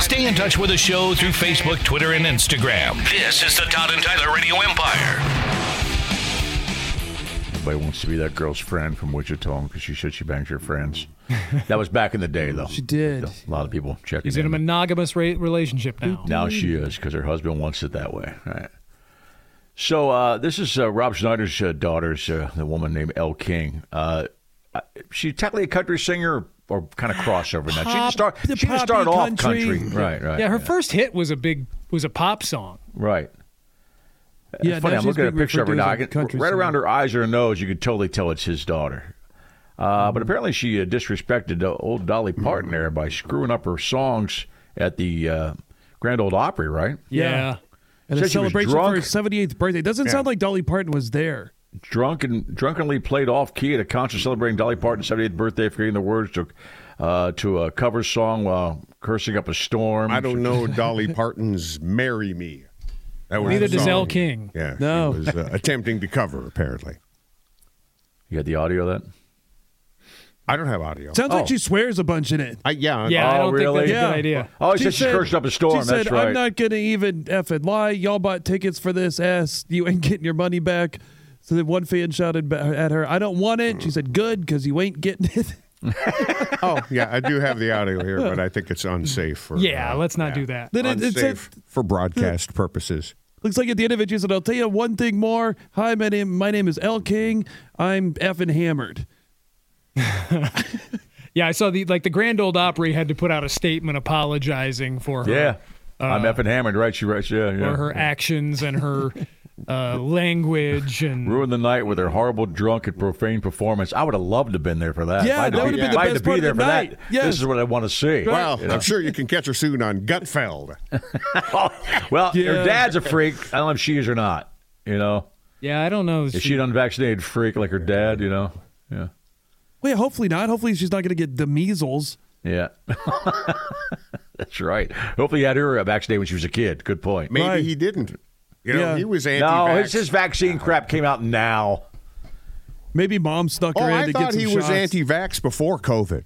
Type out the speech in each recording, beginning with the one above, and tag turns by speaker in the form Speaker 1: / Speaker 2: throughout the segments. Speaker 1: Stay in touch with the show through Facebook, Twitter, and Instagram. This is the Todd and Tyler Radio Empire.
Speaker 2: Everybody wants to be that girl's friend from Wichita because she said she bangs her friends. that was back in the day, though. She
Speaker 3: did.
Speaker 2: A lot of people checking
Speaker 3: He's in a
Speaker 2: in.
Speaker 3: monogamous ra- relationship now.
Speaker 2: Now she is because her husband wants it that way. Right. So uh, this is uh, Rob Schneider's uh, daughter's, uh, the woman named Elle King. Uh, uh, she's technically a country singer or kind of crossover. now. She
Speaker 4: Pop-
Speaker 2: just start,
Speaker 4: the
Speaker 2: she just started
Speaker 4: poppy
Speaker 2: off
Speaker 4: country.
Speaker 2: country. Right, right,
Speaker 3: yeah, her first hit was a big was a pop song.
Speaker 2: right.
Speaker 4: Yeah,
Speaker 2: it's funny.
Speaker 4: now
Speaker 2: I'm
Speaker 4: she's
Speaker 2: looking at a
Speaker 4: being
Speaker 2: picture of her
Speaker 4: referred to
Speaker 2: now.
Speaker 4: as
Speaker 2: I can-
Speaker 4: a
Speaker 2: right
Speaker 4: country singer.
Speaker 2: around her eyes or her nose, you could totally tell it's his daughter. Uh, But apparently, she uh, disrespected uh, old Dolly Parton there by screwing up her songs at the uh, Grand Old Opry, right?
Speaker 3: Yeah.
Speaker 4: And
Speaker 2: Said
Speaker 4: a
Speaker 2: she was
Speaker 4: celebration for
Speaker 2: drunk.
Speaker 4: her 78th birthday. Doesn't sound like Dolly Parton was there.
Speaker 2: Drunk and drunkenly played off key at a concert celebrating Dolly Parton's 78th birthday, forgetting the words to uh, to a cover song while cursing up a storm.
Speaker 5: I don't know Dolly Parton's "Marry Me." That was
Speaker 3: Neither
Speaker 5: the
Speaker 3: does
Speaker 5: song.
Speaker 3: Elle King.
Speaker 5: Yeah,
Speaker 4: No.
Speaker 5: she was uh, attempting to cover apparently.
Speaker 2: You got the audio of that?
Speaker 5: I don't have audio.
Speaker 4: Sounds like she swears a bunch in it.
Speaker 5: I, yeah,
Speaker 3: Yeah, I
Speaker 2: Oh,
Speaker 3: don't think that's
Speaker 2: really?
Speaker 3: a good idea.
Speaker 2: Oh, she, said she cursed up a storm.
Speaker 4: She
Speaker 2: That's
Speaker 4: said,
Speaker 2: right.
Speaker 4: I'm not going to even F and lie. Y'all bought tickets for this ass. You ain't getting your money back. So then one fan shouted ba- at her, I don't want it. She said, good, because you ain't getting it.
Speaker 5: oh, yeah. I do have the audio here, but I think it's unsafe for
Speaker 3: Yeah,
Speaker 5: uh,
Speaker 3: let's not do that.
Speaker 4: Then it, it
Speaker 5: unsafe
Speaker 4: said,
Speaker 5: for broadcast purposes.
Speaker 4: looks like at the end of it, she said, I'll tell you one thing more. Hi, my name, my name is L King. I'm effing hammered.
Speaker 3: Yeah, I saw the like the Grand Old Opry had to put out a statement apologizing for her
Speaker 2: yeah. I'm effing hammered, right? She right. Yeah, yeah.
Speaker 3: for her actions and her uh, language and
Speaker 2: Ruined the night with her horrible, drunk, and profane performance. I would have loved to have been there for that.
Speaker 4: Yeah,
Speaker 2: If I had
Speaker 4: that
Speaker 2: to
Speaker 4: would've been the
Speaker 2: if I had
Speaker 4: best
Speaker 2: to
Speaker 4: part
Speaker 2: be
Speaker 4: of
Speaker 2: there
Speaker 4: the
Speaker 2: for
Speaker 4: night.
Speaker 2: that.
Speaker 4: Yes.
Speaker 2: This is what I want to see.
Speaker 5: Well, I'm sure you can catch her soon on Gutfeld.
Speaker 2: well,
Speaker 4: Yeah.
Speaker 2: her dad's a freak. I don't know if she is or not. You know,
Speaker 3: yeah, I don't know.
Speaker 2: is she an unvaccinated freak like her dad? You know, yeah,
Speaker 4: Wait, hopefully not. Hopefully she's not going to get the measles.
Speaker 2: yeah. That's right. Hopefully, he had her vaccinated when she was a kid. Good point.
Speaker 5: Maybe
Speaker 4: Right.
Speaker 5: he didn't. You know,
Speaker 4: Yeah.
Speaker 5: he was anti.
Speaker 2: No, his, his vaccine
Speaker 5: Uh-huh.
Speaker 2: crap came out now.
Speaker 4: Maybe mom snuck
Speaker 5: Oh,
Speaker 4: her in
Speaker 5: I
Speaker 4: to get
Speaker 5: thought
Speaker 4: some
Speaker 5: he was
Speaker 4: shots.
Speaker 5: anti-vax before COVID.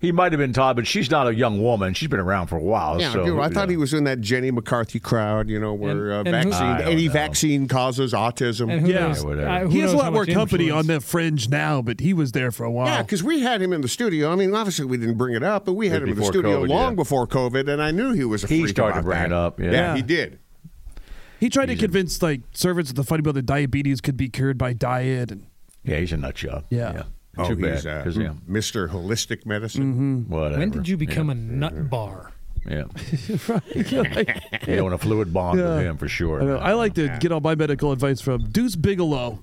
Speaker 2: He might have been Todd, but she's not a young woman. She's been around for a while.
Speaker 5: Yeah,
Speaker 2: Oh, so,
Speaker 5: dude, I thought
Speaker 2: yeah.
Speaker 5: he was in that Jenny McCarthy crowd, you know, where
Speaker 3: And-
Speaker 5: uh,
Speaker 3: and who-
Speaker 5: vaccine,
Speaker 3: I
Speaker 2: don't
Speaker 5: any
Speaker 2: know.
Speaker 5: vaccine causes autism.
Speaker 3: And who
Speaker 4: Yeah,
Speaker 3: knows,
Speaker 2: whatever.
Speaker 3: I- who
Speaker 4: he has a
Speaker 3: knows
Speaker 4: lot
Speaker 3: how
Speaker 4: more
Speaker 3: much
Speaker 4: company on
Speaker 3: influence-
Speaker 4: the fringe now, but he was there for a while.
Speaker 2: Oh.
Speaker 5: Yeah, because we had him in the studio. I mean, obviously we didn't bring it up, but we had him in the
Speaker 2: Before
Speaker 5: studio
Speaker 2: COVID,
Speaker 5: long
Speaker 2: yeah.
Speaker 5: before COVID, and I knew he was a
Speaker 2: He
Speaker 5: freak
Speaker 2: started
Speaker 5: about
Speaker 2: to bring
Speaker 5: that.
Speaker 2: it up, yeah.
Speaker 5: he did.
Speaker 4: he tried to convince like servants at the Funny Bone that diabetes could be cured by diet, and
Speaker 2: Yeah, he's a nut job.
Speaker 4: Yeah.
Speaker 2: Too
Speaker 5: oh,
Speaker 2: bad.
Speaker 5: he's uh,
Speaker 2: 'cause, yeah, Mm-hmm.
Speaker 5: Mr. Holistic Medicine.
Speaker 2: whatever.
Speaker 3: When did you become a nut bar?
Speaker 2: Yeah. You don't want a fluid bond with him for sure.
Speaker 4: I, know, I like to get all my medical advice from Deuce Bigelow.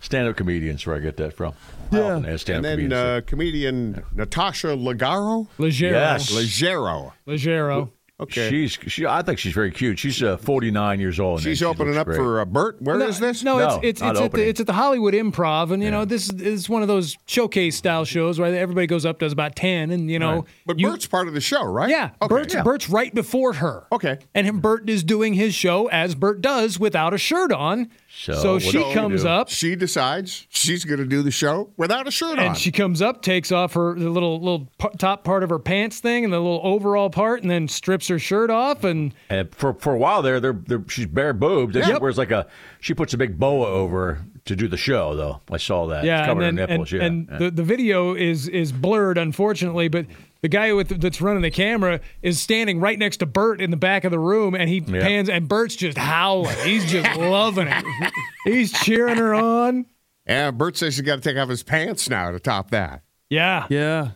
Speaker 2: stand up comedians where I get that from.
Speaker 4: Yeah.
Speaker 5: And
Speaker 2: stand up
Speaker 5: then
Speaker 2: comedians.
Speaker 5: uh, comedian Natasha Legaro.
Speaker 3: Legero.
Speaker 2: Yes.
Speaker 5: Legero.
Speaker 3: Legero.
Speaker 5: uh, Okay.
Speaker 2: She's she I think she's very cute. She's uh, 49 years old. and
Speaker 5: She's
Speaker 2: she
Speaker 5: opening
Speaker 2: looks
Speaker 5: up
Speaker 2: great.
Speaker 5: for uh, Bert. Where is
Speaker 3: No,
Speaker 5: this?
Speaker 3: No,
Speaker 2: No,
Speaker 3: it's it's
Speaker 2: not
Speaker 3: it's at, the,
Speaker 2: opening.
Speaker 3: it's at the Hollywood Improv, and you know this is- is one of those showcase style shows where everybody goes up, does about ten, and you know,
Speaker 5: But
Speaker 3: you-
Speaker 5: Bert's part of the show, right?
Speaker 3: yeah,
Speaker 5: Okay.
Speaker 3: Bert's Bert's right before her.
Speaker 5: Okay.
Speaker 3: and him, Bert is doing his show as Bert does without a shirt on.
Speaker 2: So what
Speaker 3: she
Speaker 2: does she
Speaker 3: comes
Speaker 2: do?
Speaker 3: up.
Speaker 5: She decides she's going to do the show without a shirt on.
Speaker 3: And she comes up, takes off her the little little p- top part of her pants thing and the little overall part, and then strips her shirt off and
Speaker 2: And for for a while there, they're, they're, she's bare boobed. Then
Speaker 3: Yep.
Speaker 2: She wears like a she puts a big boa over her to do the show though. I saw that.
Speaker 3: yeah,
Speaker 2: It's
Speaker 3: and
Speaker 2: covering
Speaker 3: then
Speaker 2: her nipples.
Speaker 3: and,
Speaker 2: yeah.
Speaker 3: and
Speaker 2: yeah.
Speaker 3: The, the video is is blurred unfortunately, but the guy with that's running the camera is standing right next to Bert in the back of the room, and he pans and Bert's just howling. He's just loving it. He's cheering her on.
Speaker 5: Yeah, Bert says he's got to take off his pants now to top that.
Speaker 3: Yeah.
Speaker 4: Yeah.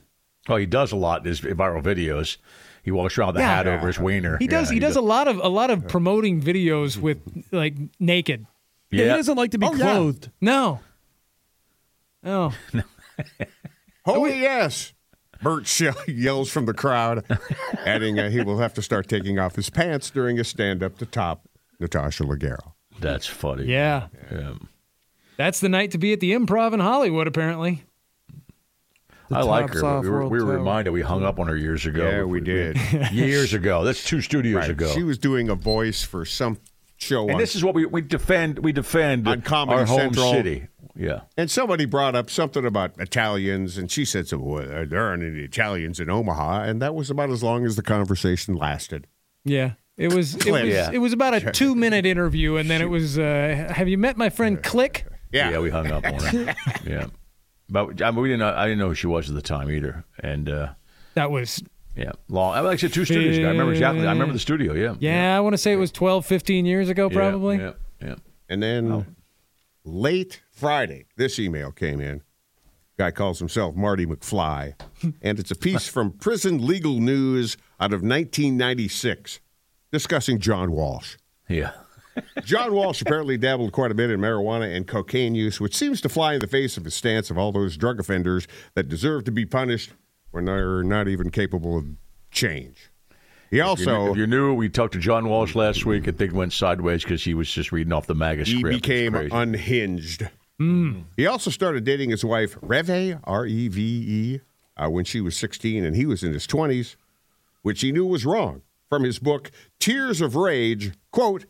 Speaker 2: Oh, he does a lot in his viral videos. He walks around with a
Speaker 3: Yeah.
Speaker 2: hat over his wiener.
Speaker 3: He does.
Speaker 2: Yeah,
Speaker 3: he does a lot of a lot of promoting videos with like naked.
Speaker 4: Yeah,
Speaker 2: Yeah.
Speaker 4: He doesn't like to be
Speaker 5: Oh, yeah.
Speaker 4: clothed.
Speaker 3: No. No.
Speaker 5: Oh yes. Bert she- yells from the crowd, adding uh, he will have to start taking off his pants during his stand up to top Natasha Leggero.
Speaker 2: That's funny.
Speaker 3: Yeah.
Speaker 2: Um,
Speaker 3: That's the night to be at the Improv in Hollywood. Apparently.
Speaker 2: I like her.
Speaker 4: tops
Speaker 2: but
Speaker 4: off
Speaker 2: We were,
Speaker 4: World
Speaker 2: we were
Speaker 4: Tour.
Speaker 2: reminded we hung up on her years ago.
Speaker 5: Yeah, Oh, we did.
Speaker 2: years ago. That's two studios
Speaker 5: Right.
Speaker 2: ago.
Speaker 5: She was doing a voice for some show,
Speaker 2: and
Speaker 5: on,
Speaker 2: this is what we, we defend. We defend
Speaker 5: On Comedy
Speaker 2: our home
Speaker 5: Central.
Speaker 2: city. Yeah.
Speaker 5: and somebody brought up something about Italians, and she said, "So well, there aren't any Italians in Omaha," and that was about as long as the conversation lasted.
Speaker 3: Yeah. It was it was,
Speaker 5: Click.
Speaker 2: Yeah.
Speaker 3: it was about a two minute interview, and then it was. Uh, have you met my friend Click?
Speaker 5: Yeah,
Speaker 2: we hung up on her. yeah, but I mean, we didn't. Know, I didn't know who she was at the time either. And uh,
Speaker 3: That was.
Speaker 2: yeah, long. I like I said two studios. ago. I remember exactly. I remember the studio. Yeah.
Speaker 3: Yeah, I want to say it was 12, 15 years ago,
Speaker 2: Yeah,
Speaker 3: probably.
Speaker 2: Yeah. Yeah.
Speaker 5: And then late Friday, this email came in. Guy calls himself Marty McFly, and it's a piece from Prison Legal News out of 1996 discussing John Walsh.
Speaker 2: Yeah.
Speaker 5: John Walsh apparently dabbled quite a bit in marijuana and cocaine use, which seems to fly in the face of his stance of all those drug offenders that deserve to be punished when they're not even capable of change.
Speaker 2: If you
Speaker 5: He
Speaker 2: kn-
Speaker 5: also
Speaker 2: if you knew, we talked to John Walsh last week, and things went sideways because he was just reading off the MAGA
Speaker 5: He
Speaker 2: script. It's
Speaker 5: became
Speaker 2: crazy.
Speaker 5: unhinged. He also started dating his wife Reve R E V E uh, when she was 16 and he was in his 20s, which he knew was wrong. From his book Tears of Rage, quote,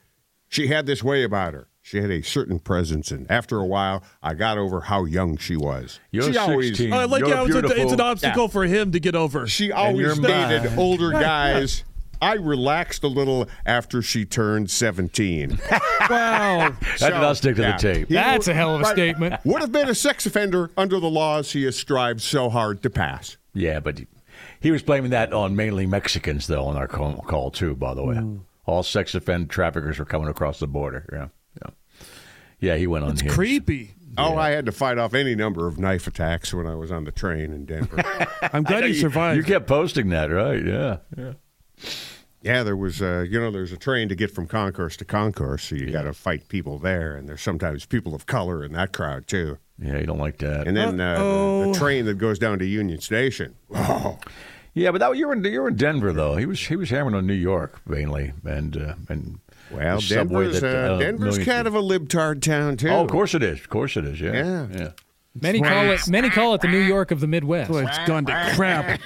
Speaker 5: she had this way about her. She had a certain presence, and after a while, I got over how young she was.
Speaker 2: You're
Speaker 5: she always oh,
Speaker 2: 16.
Speaker 4: I like
Speaker 2: You're
Speaker 4: how it's, a, it's an
Speaker 2: beautiful.
Speaker 4: obstacle for him to get over.
Speaker 5: she
Speaker 2: you're
Speaker 5: always dated
Speaker 2: mine.
Speaker 5: older guys. I relaxed a little after she turned 17.
Speaker 4: wow.
Speaker 2: That did not stick to
Speaker 5: yeah.
Speaker 2: the tape.
Speaker 5: He
Speaker 3: That's
Speaker 5: would-
Speaker 3: a hell of a
Speaker 5: right.
Speaker 3: statement.
Speaker 5: Would have been a sex offender under the laws he has strived so hard to pass.
Speaker 2: Yeah, but he- he was blaming that on mainly Mexicans, though, on our call, call too. By the way, all sex offend traffickers were coming across the border. Yeah, yeah, yeah. He went on. here.
Speaker 4: Creepy.
Speaker 5: Oh, I had to fight off any number of knife attacks when I was on the train in Denver.
Speaker 4: I'm glad he survived.
Speaker 2: You kept posting that, right? Yeah. yeah.
Speaker 5: yeah, there was, uh, you know, there's a train to get from concourse to concourse, so you got to fight people there, and there's sometimes people of color in that crowd too.
Speaker 2: Yeah, you don't like that.
Speaker 5: And then uh, the, the train that goes down to Union Station. Oh,
Speaker 2: yeah, but that you were in you were in Denver though. He was he was hammering on New York mainly, and uh, and
Speaker 5: well,
Speaker 2: the subway
Speaker 5: Denver's,
Speaker 2: that,
Speaker 5: uh,
Speaker 2: uh,
Speaker 5: Denver's
Speaker 2: millions-
Speaker 5: kind of a libtard town too.
Speaker 2: Oh, of course it is. Of course it is. Yeah.
Speaker 5: Yeah.
Speaker 2: Yeah.
Speaker 3: Many call it many call it the New York of the Midwest.
Speaker 4: Boy, it's gone to crap.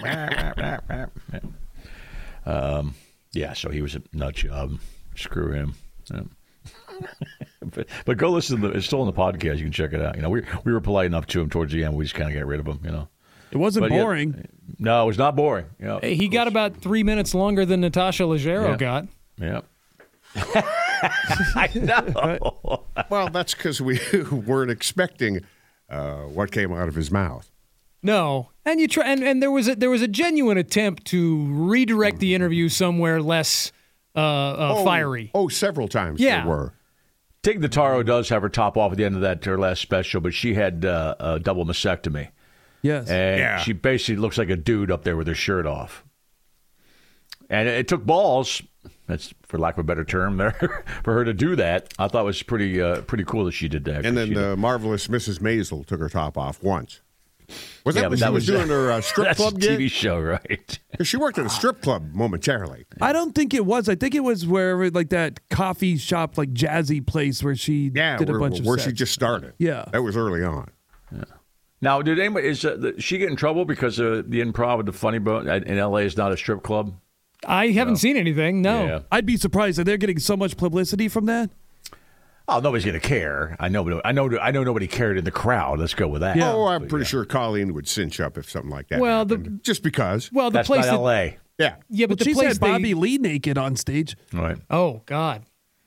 Speaker 2: Yeah, so he was a nut job. Screw him. Yeah. but, but go listen to the, it's still on the podcast. You can check it out. You know, we we were polite enough to him towards the end. We just kind of got rid of him. You know,
Speaker 4: It wasn't
Speaker 2: But yet-
Speaker 4: boring.
Speaker 2: no, it was not boring. You know,
Speaker 3: He got about three minutes longer than Natasha Leggero
Speaker 2: Yeah.
Speaker 3: got.
Speaker 2: yeah. I know.
Speaker 5: Well, that's because we weren't expecting uh, what came out of his mouth.
Speaker 3: No, and you try, and, and there was a, there was a genuine attempt to redirect the interview somewhere less uh, uh, fiery.
Speaker 5: Oh, several times
Speaker 3: Yeah.
Speaker 5: there were.
Speaker 2: Tig Notaro does have her top off at the end of that her last special, but she had uh, a double mastectomy,
Speaker 4: Yes.
Speaker 2: and
Speaker 5: Yeah.
Speaker 2: she basically looks like a dude up there with her shirt off. And it took balls, that's for lack of a better term, there for her to do that. I thought it was pretty uh, pretty cool that she did that.
Speaker 5: And then
Speaker 2: She-
Speaker 5: the marvelous Mrs. Maisel took her top off once. Was
Speaker 2: Yeah,
Speaker 5: that when
Speaker 2: but
Speaker 5: she
Speaker 2: that
Speaker 5: was,
Speaker 2: was-
Speaker 5: doing her uh, strip
Speaker 2: that's a
Speaker 5: club
Speaker 2: TV
Speaker 5: gig?
Speaker 2: show, right?
Speaker 5: 'Cause She worked at a strip club momentarily.
Speaker 4: I don't think it was. I think it was wherever like that coffee shop, like jazzy place where she
Speaker 5: Yeah,
Speaker 4: did a
Speaker 5: where,
Speaker 4: bunch of
Speaker 5: where she
Speaker 4: sex.
Speaker 5: just started.
Speaker 4: Yeah.
Speaker 5: that was early on.
Speaker 2: Now, did anybody is uh, the, she get in trouble because uh, the improv at the Funny Bone in in L.A. is not a strip club?
Speaker 3: I haven't seen anything. No,
Speaker 2: Yeah.
Speaker 4: I'd be surprised that they're getting so much publicity from that.
Speaker 2: Oh, nobody's gonna care. I know, but I know, I know nobody cared in the crowd. Let's go with that.
Speaker 5: oh, I'm pretty sure Colleen would cinch up if something like that.
Speaker 3: Well, the-
Speaker 5: happened, just because.
Speaker 3: well, the
Speaker 2: that's
Speaker 3: place
Speaker 2: not
Speaker 3: that,
Speaker 2: L.A.
Speaker 5: yeah,
Speaker 3: yeah, but
Speaker 4: But
Speaker 3: the
Speaker 4: she's
Speaker 3: place
Speaker 4: had Bobby
Speaker 3: they,
Speaker 4: Lee naked on stage.
Speaker 2: Right.
Speaker 3: Oh God,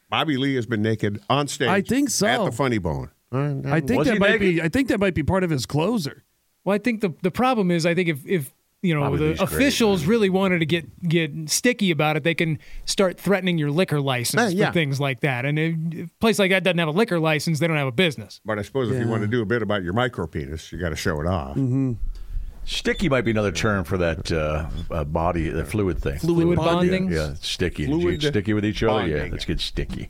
Speaker 5: Bobby Lee has been naked on stage.
Speaker 4: I think so.
Speaker 5: At the Funny Bone.
Speaker 4: Mm. I think
Speaker 2: Was he
Speaker 4: that might
Speaker 2: naked?
Speaker 4: be. I think that might be part of his closer.
Speaker 3: Well, I think the the problem is, I think if if you know
Speaker 2: Probably
Speaker 3: the
Speaker 2: these great,
Speaker 3: officials really wanted to get get sticky about it, they can start threatening your liquor license
Speaker 5: Uh, yeah.
Speaker 3: for things like that. And if, if a place like that doesn't have a liquor license, they don't have a business.
Speaker 4: Mm-hmm.
Speaker 5: But I suppose if you want to do a bit about your micro penis, you got to show it off.
Speaker 2: Sticky might be another term for that uh, uh, body, the fluid thing.
Speaker 3: Fluid bonding?
Speaker 2: Yeah, yeah, sticky. Did you
Speaker 5: Fluid
Speaker 2: get sticky with each other? Yeah,
Speaker 5: bonding.
Speaker 2: let's get sticky.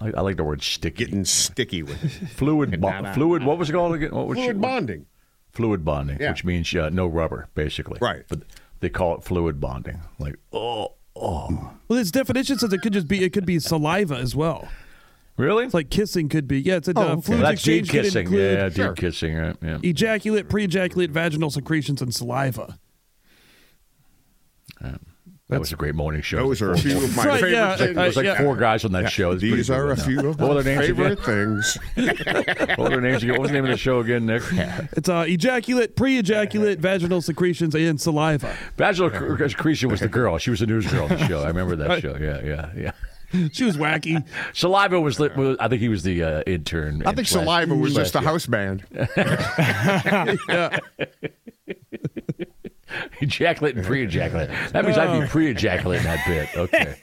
Speaker 2: I, I like the word sticky.
Speaker 5: Getting sticky with it.
Speaker 2: fluid, bo- fluid. What was it called again? What was
Speaker 5: Fluid
Speaker 2: she-
Speaker 5: bonding.
Speaker 2: Fluid bonding,
Speaker 5: Yeah.
Speaker 2: which means uh, no rubber, basically.
Speaker 5: Right.
Speaker 2: But they call it fluid bonding. Like, oh,
Speaker 4: Well, this definition says it could just be it could be saliva as well.
Speaker 2: really?
Speaker 4: It's like kissing could be. Yeah, it's a
Speaker 2: Oh,
Speaker 4: uh, fluid
Speaker 2: That's deep
Speaker 4: exchange could
Speaker 2: kissing.
Speaker 4: include
Speaker 2: Yeah, deep kissing. Right? Yeah.
Speaker 4: ejaculate, pre-ejaculate, vaginal secretions, and saliva.
Speaker 2: That was a great morning show.
Speaker 5: Those are a few of my
Speaker 4: Right,
Speaker 5: favorite
Speaker 4: yeah,
Speaker 5: things.
Speaker 2: There was like
Speaker 4: Yeah.
Speaker 2: four guys on that show. It's pretty
Speaker 5: These
Speaker 2: good
Speaker 5: are a
Speaker 2: right now.
Speaker 5: few of
Speaker 2: What were
Speaker 5: my
Speaker 2: their names again?
Speaker 5: favorite things.
Speaker 2: What were their names again? What was the name of the show again, Nick?
Speaker 4: It's uh, ejaculate, pre-ejaculate, vaginal secretions, and saliva.
Speaker 2: Vaginal Cre- Creature was the girl. She was the news girl on the show. I remember that show. Yeah, yeah, yeah.
Speaker 4: She was wacky.
Speaker 2: Saliva was, the, was I think he was the uh, intern.
Speaker 5: I think
Speaker 2: slash-
Speaker 5: saliva was
Speaker 2: slash-
Speaker 5: just a house band.
Speaker 2: ejaculate and pre-ejaculate. That means I'd be pre-ejaculate that bit. Okay.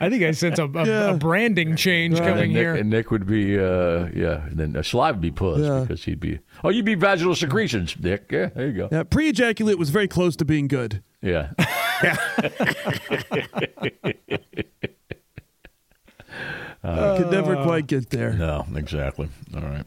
Speaker 3: I think I sense a, a,
Speaker 4: Yeah.
Speaker 3: a branding change
Speaker 2: And then
Speaker 3: coming
Speaker 2: Nick,
Speaker 3: here.
Speaker 2: and Nick would be, uh, yeah. And then uh, saliva would be puss
Speaker 4: Yeah.
Speaker 2: because he'd be. Oh, you'd be vaginal secretions, Nick. Yeah, there you go.
Speaker 4: Yeah, pre-ejaculate was very close to being good.
Speaker 2: Yeah.
Speaker 4: Could never quite get there.
Speaker 2: Uh. No, exactly. All right.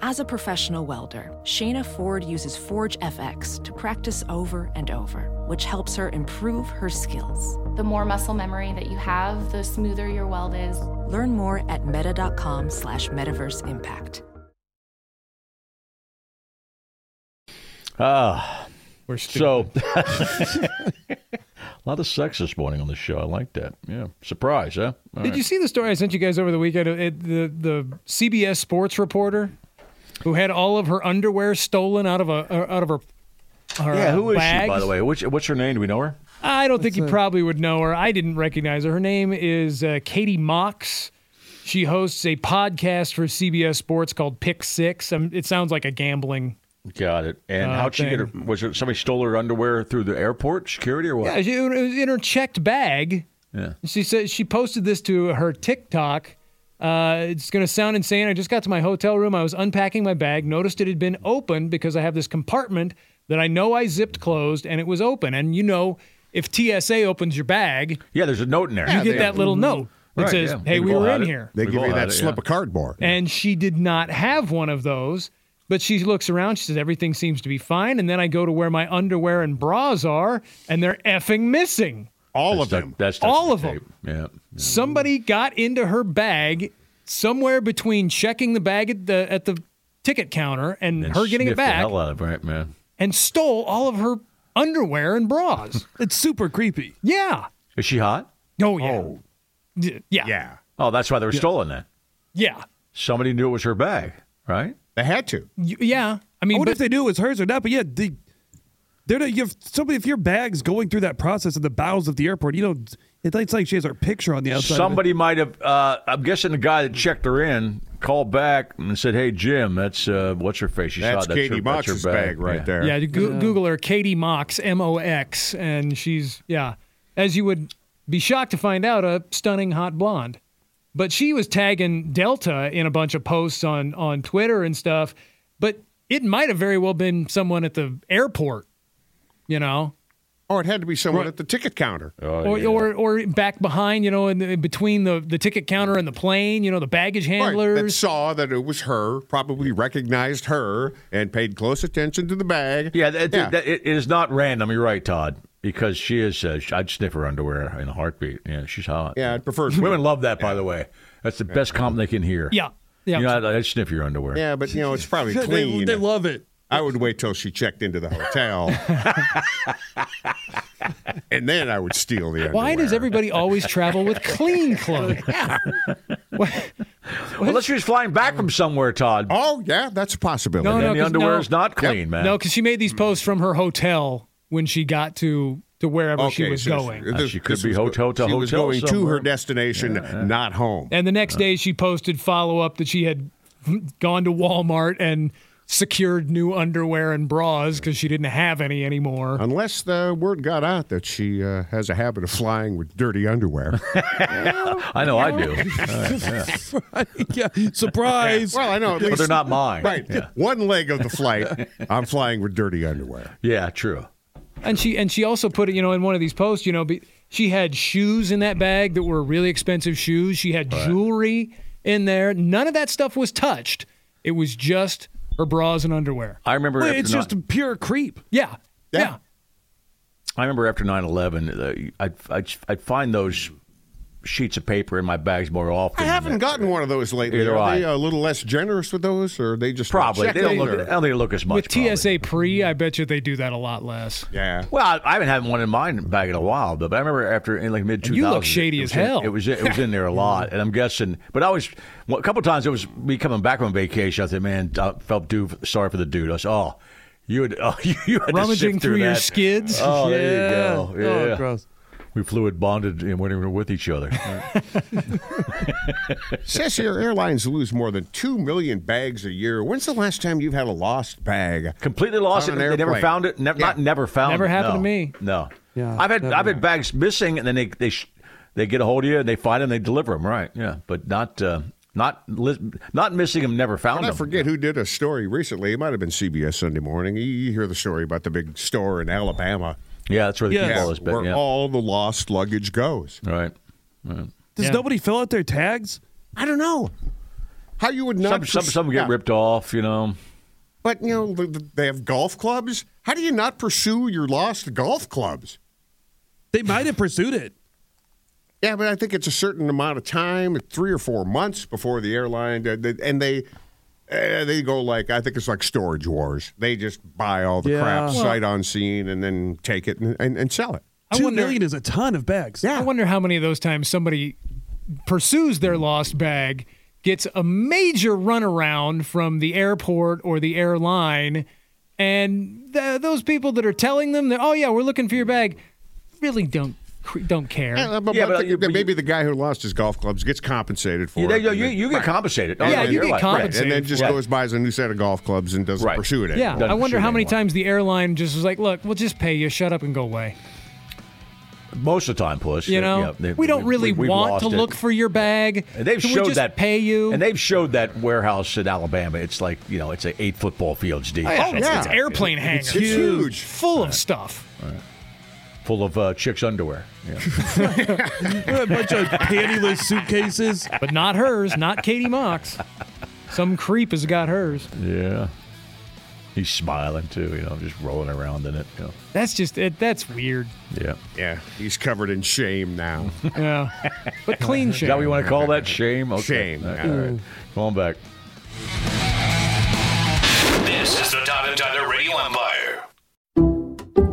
Speaker 6: As a professional welder, Shayna Ford uses Forge FX to practice over and over, which helps her improve her skills.
Speaker 7: The more muscle memory that you have, the smoother your weld is.
Speaker 6: Learn more at meta.com slash metaverse impact.
Speaker 2: Ah,
Speaker 3: We're
Speaker 2: so a lot of sex this morning on the show. I like that. Yeah. Surprise, huh? All
Speaker 3: Did
Speaker 2: right.
Speaker 3: you see the story I sent you guys over the weekend? It, the the CBS sports reporter who had all of her underwear stolen out of a uh, out of her. her
Speaker 2: Yeah,
Speaker 3: uh,
Speaker 2: who is she, by
Speaker 3: bags?
Speaker 2: the way? Which, what's her name? Do we know her?
Speaker 3: I don't think you probably would know her. I didn't recognize her. Her name is uh, Katie Mox. She hosts a podcast for CBS Sports called Pick Six. Um, it sounds like a gambling.
Speaker 2: Got it.
Speaker 3: Uh,
Speaker 2: And how'd she get her? Was it somebody stole her underwear through the airport security or what?
Speaker 3: Yeah, she, it was in her checked bag. Yeah. She said she posted this to her TikTok. Uh, it's going to sound insane. I just got to my hotel room. I was unpacking my bag, noticed it had been open because I have this compartment that I know I zipped closed and it was open. And you know, if TSA opens your bag,
Speaker 2: Yeah, there's a note in there.
Speaker 3: you get that little note that
Speaker 2: Right,
Speaker 3: says,
Speaker 2: yeah.
Speaker 3: "Hey,
Speaker 2: We've
Speaker 3: we
Speaker 2: all
Speaker 3: were
Speaker 2: had
Speaker 3: in
Speaker 2: it.
Speaker 3: here."
Speaker 5: They
Speaker 2: We've
Speaker 5: give
Speaker 2: all
Speaker 5: you
Speaker 2: had
Speaker 5: that
Speaker 2: it,
Speaker 5: slip
Speaker 2: yeah.
Speaker 5: of cardboard.
Speaker 3: and she did not have one of those. But she looks around. She says everything seems to be fine. And then I go to where my underwear and bras are, and they're effing missing.
Speaker 5: All of
Speaker 2: That's-
Speaker 5: them.
Speaker 2: That's
Speaker 3: All of them.
Speaker 2: Yeah.
Speaker 3: Somebody got into her bag somewhere between checking the bag at the at the ticket counter and, her
Speaker 2: Sniffed
Speaker 3: getting it
Speaker 2: The
Speaker 3: back,
Speaker 2: hell out of it, right, man.
Speaker 3: and stole all of her underwear and bras.
Speaker 4: It's super creepy.
Speaker 3: yeah.
Speaker 2: Is she hot?
Speaker 3: Oh yeah. D- Yeah.
Speaker 5: Yeah.
Speaker 2: Oh, that's why they were stolen then.
Speaker 3: Yeah.
Speaker 2: Somebody knew it was her bag, right?
Speaker 5: They had to.
Speaker 3: Y- yeah. I
Speaker 4: I
Speaker 3: mean,
Speaker 4: wonder
Speaker 3: but
Speaker 4: if they knew it was hers or not. But yeah, the, they're not. You have somebody. If your bag's going through that process in the bowels of the airport, you don't. It's like- it's like she has her picture on the outside. of it.
Speaker 2: Somebody might have. Uh, I'm guessing the guy that checked her in called back and said, "Hey, Jim, that's uh, what's her face? You
Speaker 5: That's
Speaker 2: saw
Speaker 5: Katie
Speaker 2: that's her,
Speaker 5: Box's
Speaker 2: that's her
Speaker 5: bag right
Speaker 2: Yeah.
Speaker 5: there.
Speaker 3: Yeah, go- Google her, Katie Mox, M O X, and she's yeah, as you would be shocked to find out, a stunning hot blonde. But she was tagging Delta in a bunch of posts on on Twitter and stuff. But it might have very well been someone at the airport, you know,
Speaker 5: Or Oh, it had to be someone at the ticket counter.
Speaker 3: or, or or back behind, you know, in the, between the the ticket counter and the plane, you know, the baggage handlers.
Speaker 5: Right, that saw that it was her, probably recognized her, and paid close attention to the bag.
Speaker 2: Yeah, that, that- it- it is not random. You're right, Todd, because she is. Uh, sh- I'd sniff her underwear in a heartbeat. Yeah, she's hot.
Speaker 5: Yeah, I'd prefer-
Speaker 2: Women love that, by the way. That's the best compliment they can hear.
Speaker 3: Yeah, yeah.
Speaker 2: You know, I'd, I'd sniff your underwear.
Speaker 5: Yeah, but you know it's probably
Speaker 4: They-
Speaker 5: clean.
Speaker 4: They, love it.
Speaker 5: I would wait till she checked into the hotel, and then I would steal the.
Speaker 3: Why does
Speaker 5: underwear.
Speaker 3: everybody always travel with clean clothes? Why,
Speaker 2: Unless she was flying back from somewhere, Todd.
Speaker 5: Oh, yeah, that's a possibility.
Speaker 3: No,
Speaker 2: and
Speaker 3: no,
Speaker 2: the
Speaker 3: 'cause-
Speaker 2: underwear is
Speaker 3: no.
Speaker 2: not clean, man.
Speaker 3: No, because she made these posts from her hotel when she got to to wherever she
Speaker 5: Okay,
Speaker 3: was
Speaker 5: so
Speaker 3: going.
Speaker 5: this-
Speaker 2: Uh, she could
Speaker 5: this
Speaker 2: be
Speaker 5: was
Speaker 2: hotel
Speaker 5: go-
Speaker 2: to
Speaker 5: she was
Speaker 2: hotel
Speaker 5: going to
Speaker 2: somewhere.
Speaker 5: her destination, not home.
Speaker 3: and the next day, she posted follow up that she had gone to Walmart and secured new underwear and bras because she didn't have any anymore.
Speaker 5: Unless the word got out that she uh, has a habit of flying with dirty underwear.
Speaker 2: I know I do.
Speaker 4: yeah, surprise.
Speaker 5: well, I know. At least,
Speaker 2: But they're not mine.
Speaker 5: Right. One leg of the flight, I'm flying with dirty underwear.
Speaker 2: Yeah, true.
Speaker 3: And she and she also put it, you know, in one of these posts, you know, be, she had shoes in that bag that were really expensive shoes. She had jewelry in there. None of that stuff was touched. It was just her bras and underwear.
Speaker 2: I remember.
Speaker 4: Wait,
Speaker 2: after
Speaker 4: it's
Speaker 2: ni-
Speaker 4: just a pure creep.
Speaker 3: Yeah. Yeah.
Speaker 2: I remember after 9-11, uh, I'd, I'd, I'd find those sheets of paper in my bags more often.
Speaker 5: I haven't gotten one of those lately.
Speaker 2: Neither
Speaker 5: Are they
Speaker 2: I.
Speaker 5: a little less generous with those, or are they just
Speaker 2: Probably.
Speaker 5: Check
Speaker 2: They don't
Speaker 5: them,
Speaker 2: look,
Speaker 5: or-
Speaker 2: I don't think they look as much.
Speaker 3: With
Speaker 2: probably.
Speaker 3: TSA pre, I bet you they do that a lot less.
Speaker 5: Yeah.
Speaker 2: Well, I, I haven't had one in mine bag in a while, but, but I remember after in like mid 2000s.
Speaker 3: you look shady
Speaker 2: it
Speaker 3: as
Speaker 2: was in-
Speaker 3: hell.
Speaker 2: it, was, it was in there a lot, and I'm guessing. But I was, well, a couple times it was me coming back from vacation. I said, man, I felt due, sorry for the dude. I said, oh, you had, oh, you had to
Speaker 3: Rummaging
Speaker 2: sift through,
Speaker 3: through your
Speaker 2: that.
Speaker 3: skids.
Speaker 2: Oh,
Speaker 4: yeah.
Speaker 2: there you go. Yeah.
Speaker 4: Oh, gross.
Speaker 2: we fluid bonded and when we were with each other.
Speaker 5: Says here airlines lose more than two million bags a year. When's the last time you've had a lost bag?
Speaker 2: completely lost it.
Speaker 5: On
Speaker 2: They
Speaker 5: an
Speaker 2: never
Speaker 5: airplane.
Speaker 2: found it. Never, not never found.
Speaker 3: Never
Speaker 2: it.
Speaker 3: happened
Speaker 2: no.
Speaker 3: to me.
Speaker 2: No.
Speaker 4: Yeah,
Speaker 2: I've had
Speaker 4: never
Speaker 2: I've had bags missing, and then they they sh- they get a hold of you and they find them, they deliver them, right? Yeah, but not uh, not li- not missing them. Never found
Speaker 5: I
Speaker 2: them.
Speaker 5: forget who did a story recently. It might have been CBS Sunday Morning. You- You hear the story about the big store in Alabama
Speaker 2: Yeah, that's where the
Speaker 4: Yes.
Speaker 2: yeah,
Speaker 4: Well,
Speaker 2: is. But
Speaker 5: where
Speaker 2: yeah,
Speaker 5: all the lost luggage goes.
Speaker 2: right.
Speaker 4: Does
Speaker 3: Yeah.
Speaker 4: nobody fill out their tags?
Speaker 5: I don't know how you would not.
Speaker 2: Some some
Speaker 5: pers-
Speaker 2: some get
Speaker 5: yeah,
Speaker 2: ripped off, you know.
Speaker 5: But you know th- th- they have golf clubs. How do you not pursue your lost golf clubs?
Speaker 4: They might have pursued it.
Speaker 5: Yeah, but I think it's a certain amount of time, three or four months before the airline, uh, they- and they uh, they go like I think it's like storage wars. They just buy all the
Speaker 4: Yeah.
Speaker 5: crap
Speaker 4: Well-
Speaker 5: sight unseen and then take it and, and, and sell it.
Speaker 4: Two
Speaker 3: wonder-
Speaker 4: million is a ton of bags.
Speaker 3: I wonder how many of those times somebody pursues their lost bag, gets a major runaround from the airport or the airline, and th- those people that are telling them that, oh yeah, we're looking for your bag, really don't don't care.
Speaker 5: Yeah, but,
Speaker 2: Yeah,
Speaker 5: but
Speaker 2: but you- but you-
Speaker 5: maybe the guy who lost his golf clubs gets compensated for
Speaker 2: You,
Speaker 5: it.
Speaker 2: you,
Speaker 5: and
Speaker 2: you,
Speaker 5: then-
Speaker 2: you get compensated.
Speaker 3: Yeah,
Speaker 2: Right,
Speaker 3: you
Speaker 2: you're
Speaker 3: get
Speaker 2: right.
Speaker 3: compensated.
Speaker 5: and then just
Speaker 2: Right.
Speaker 5: goes buys a new set of golf clubs and doesn't
Speaker 2: Right.
Speaker 5: pursue it.
Speaker 3: Yeah,
Speaker 5: anymore.
Speaker 3: I
Speaker 2: Doesn't
Speaker 3: wonder
Speaker 2: shoot
Speaker 3: how many
Speaker 2: anyone.
Speaker 3: times the airline just was like, "Look, we'll just pay you. Shut up and go away."
Speaker 2: Most of the time, push.
Speaker 3: You know,
Speaker 2: Yeah, they-
Speaker 3: we don't really
Speaker 2: we've
Speaker 3: want
Speaker 2: lost
Speaker 3: to
Speaker 2: it.
Speaker 3: look for your bag.
Speaker 2: And they've
Speaker 3: Can we
Speaker 2: showed
Speaker 3: just
Speaker 2: that
Speaker 3: pay you.
Speaker 2: and they've showed that warehouse in Alabama. It's like you know, it's a eight football fields deep.
Speaker 3: oh, yeah, it's,
Speaker 5: yeah.
Speaker 3: it's airplane hangars,
Speaker 5: It's huge.
Speaker 3: full of stuff.
Speaker 2: full of uh, chicks' underwear. Yeah.
Speaker 4: a bunch of pantyless suitcases.
Speaker 3: but not hers, not Katie Mox. Some creep has got hers.
Speaker 2: Yeah. He's smiling too, you know, just rolling around in it. You know.
Speaker 3: That's just it. That's weird.
Speaker 2: Yeah.
Speaker 5: Yeah, he's covered in shame now.
Speaker 3: Yeah, but clean
Speaker 2: Is that what
Speaker 3: shit.
Speaker 2: you want to call that? Shame? Okay.
Speaker 5: Shame,
Speaker 2: All right.
Speaker 5: yeah.
Speaker 2: All right. Come on back.
Speaker 1: This is the Todd and Tyler Radio Empire.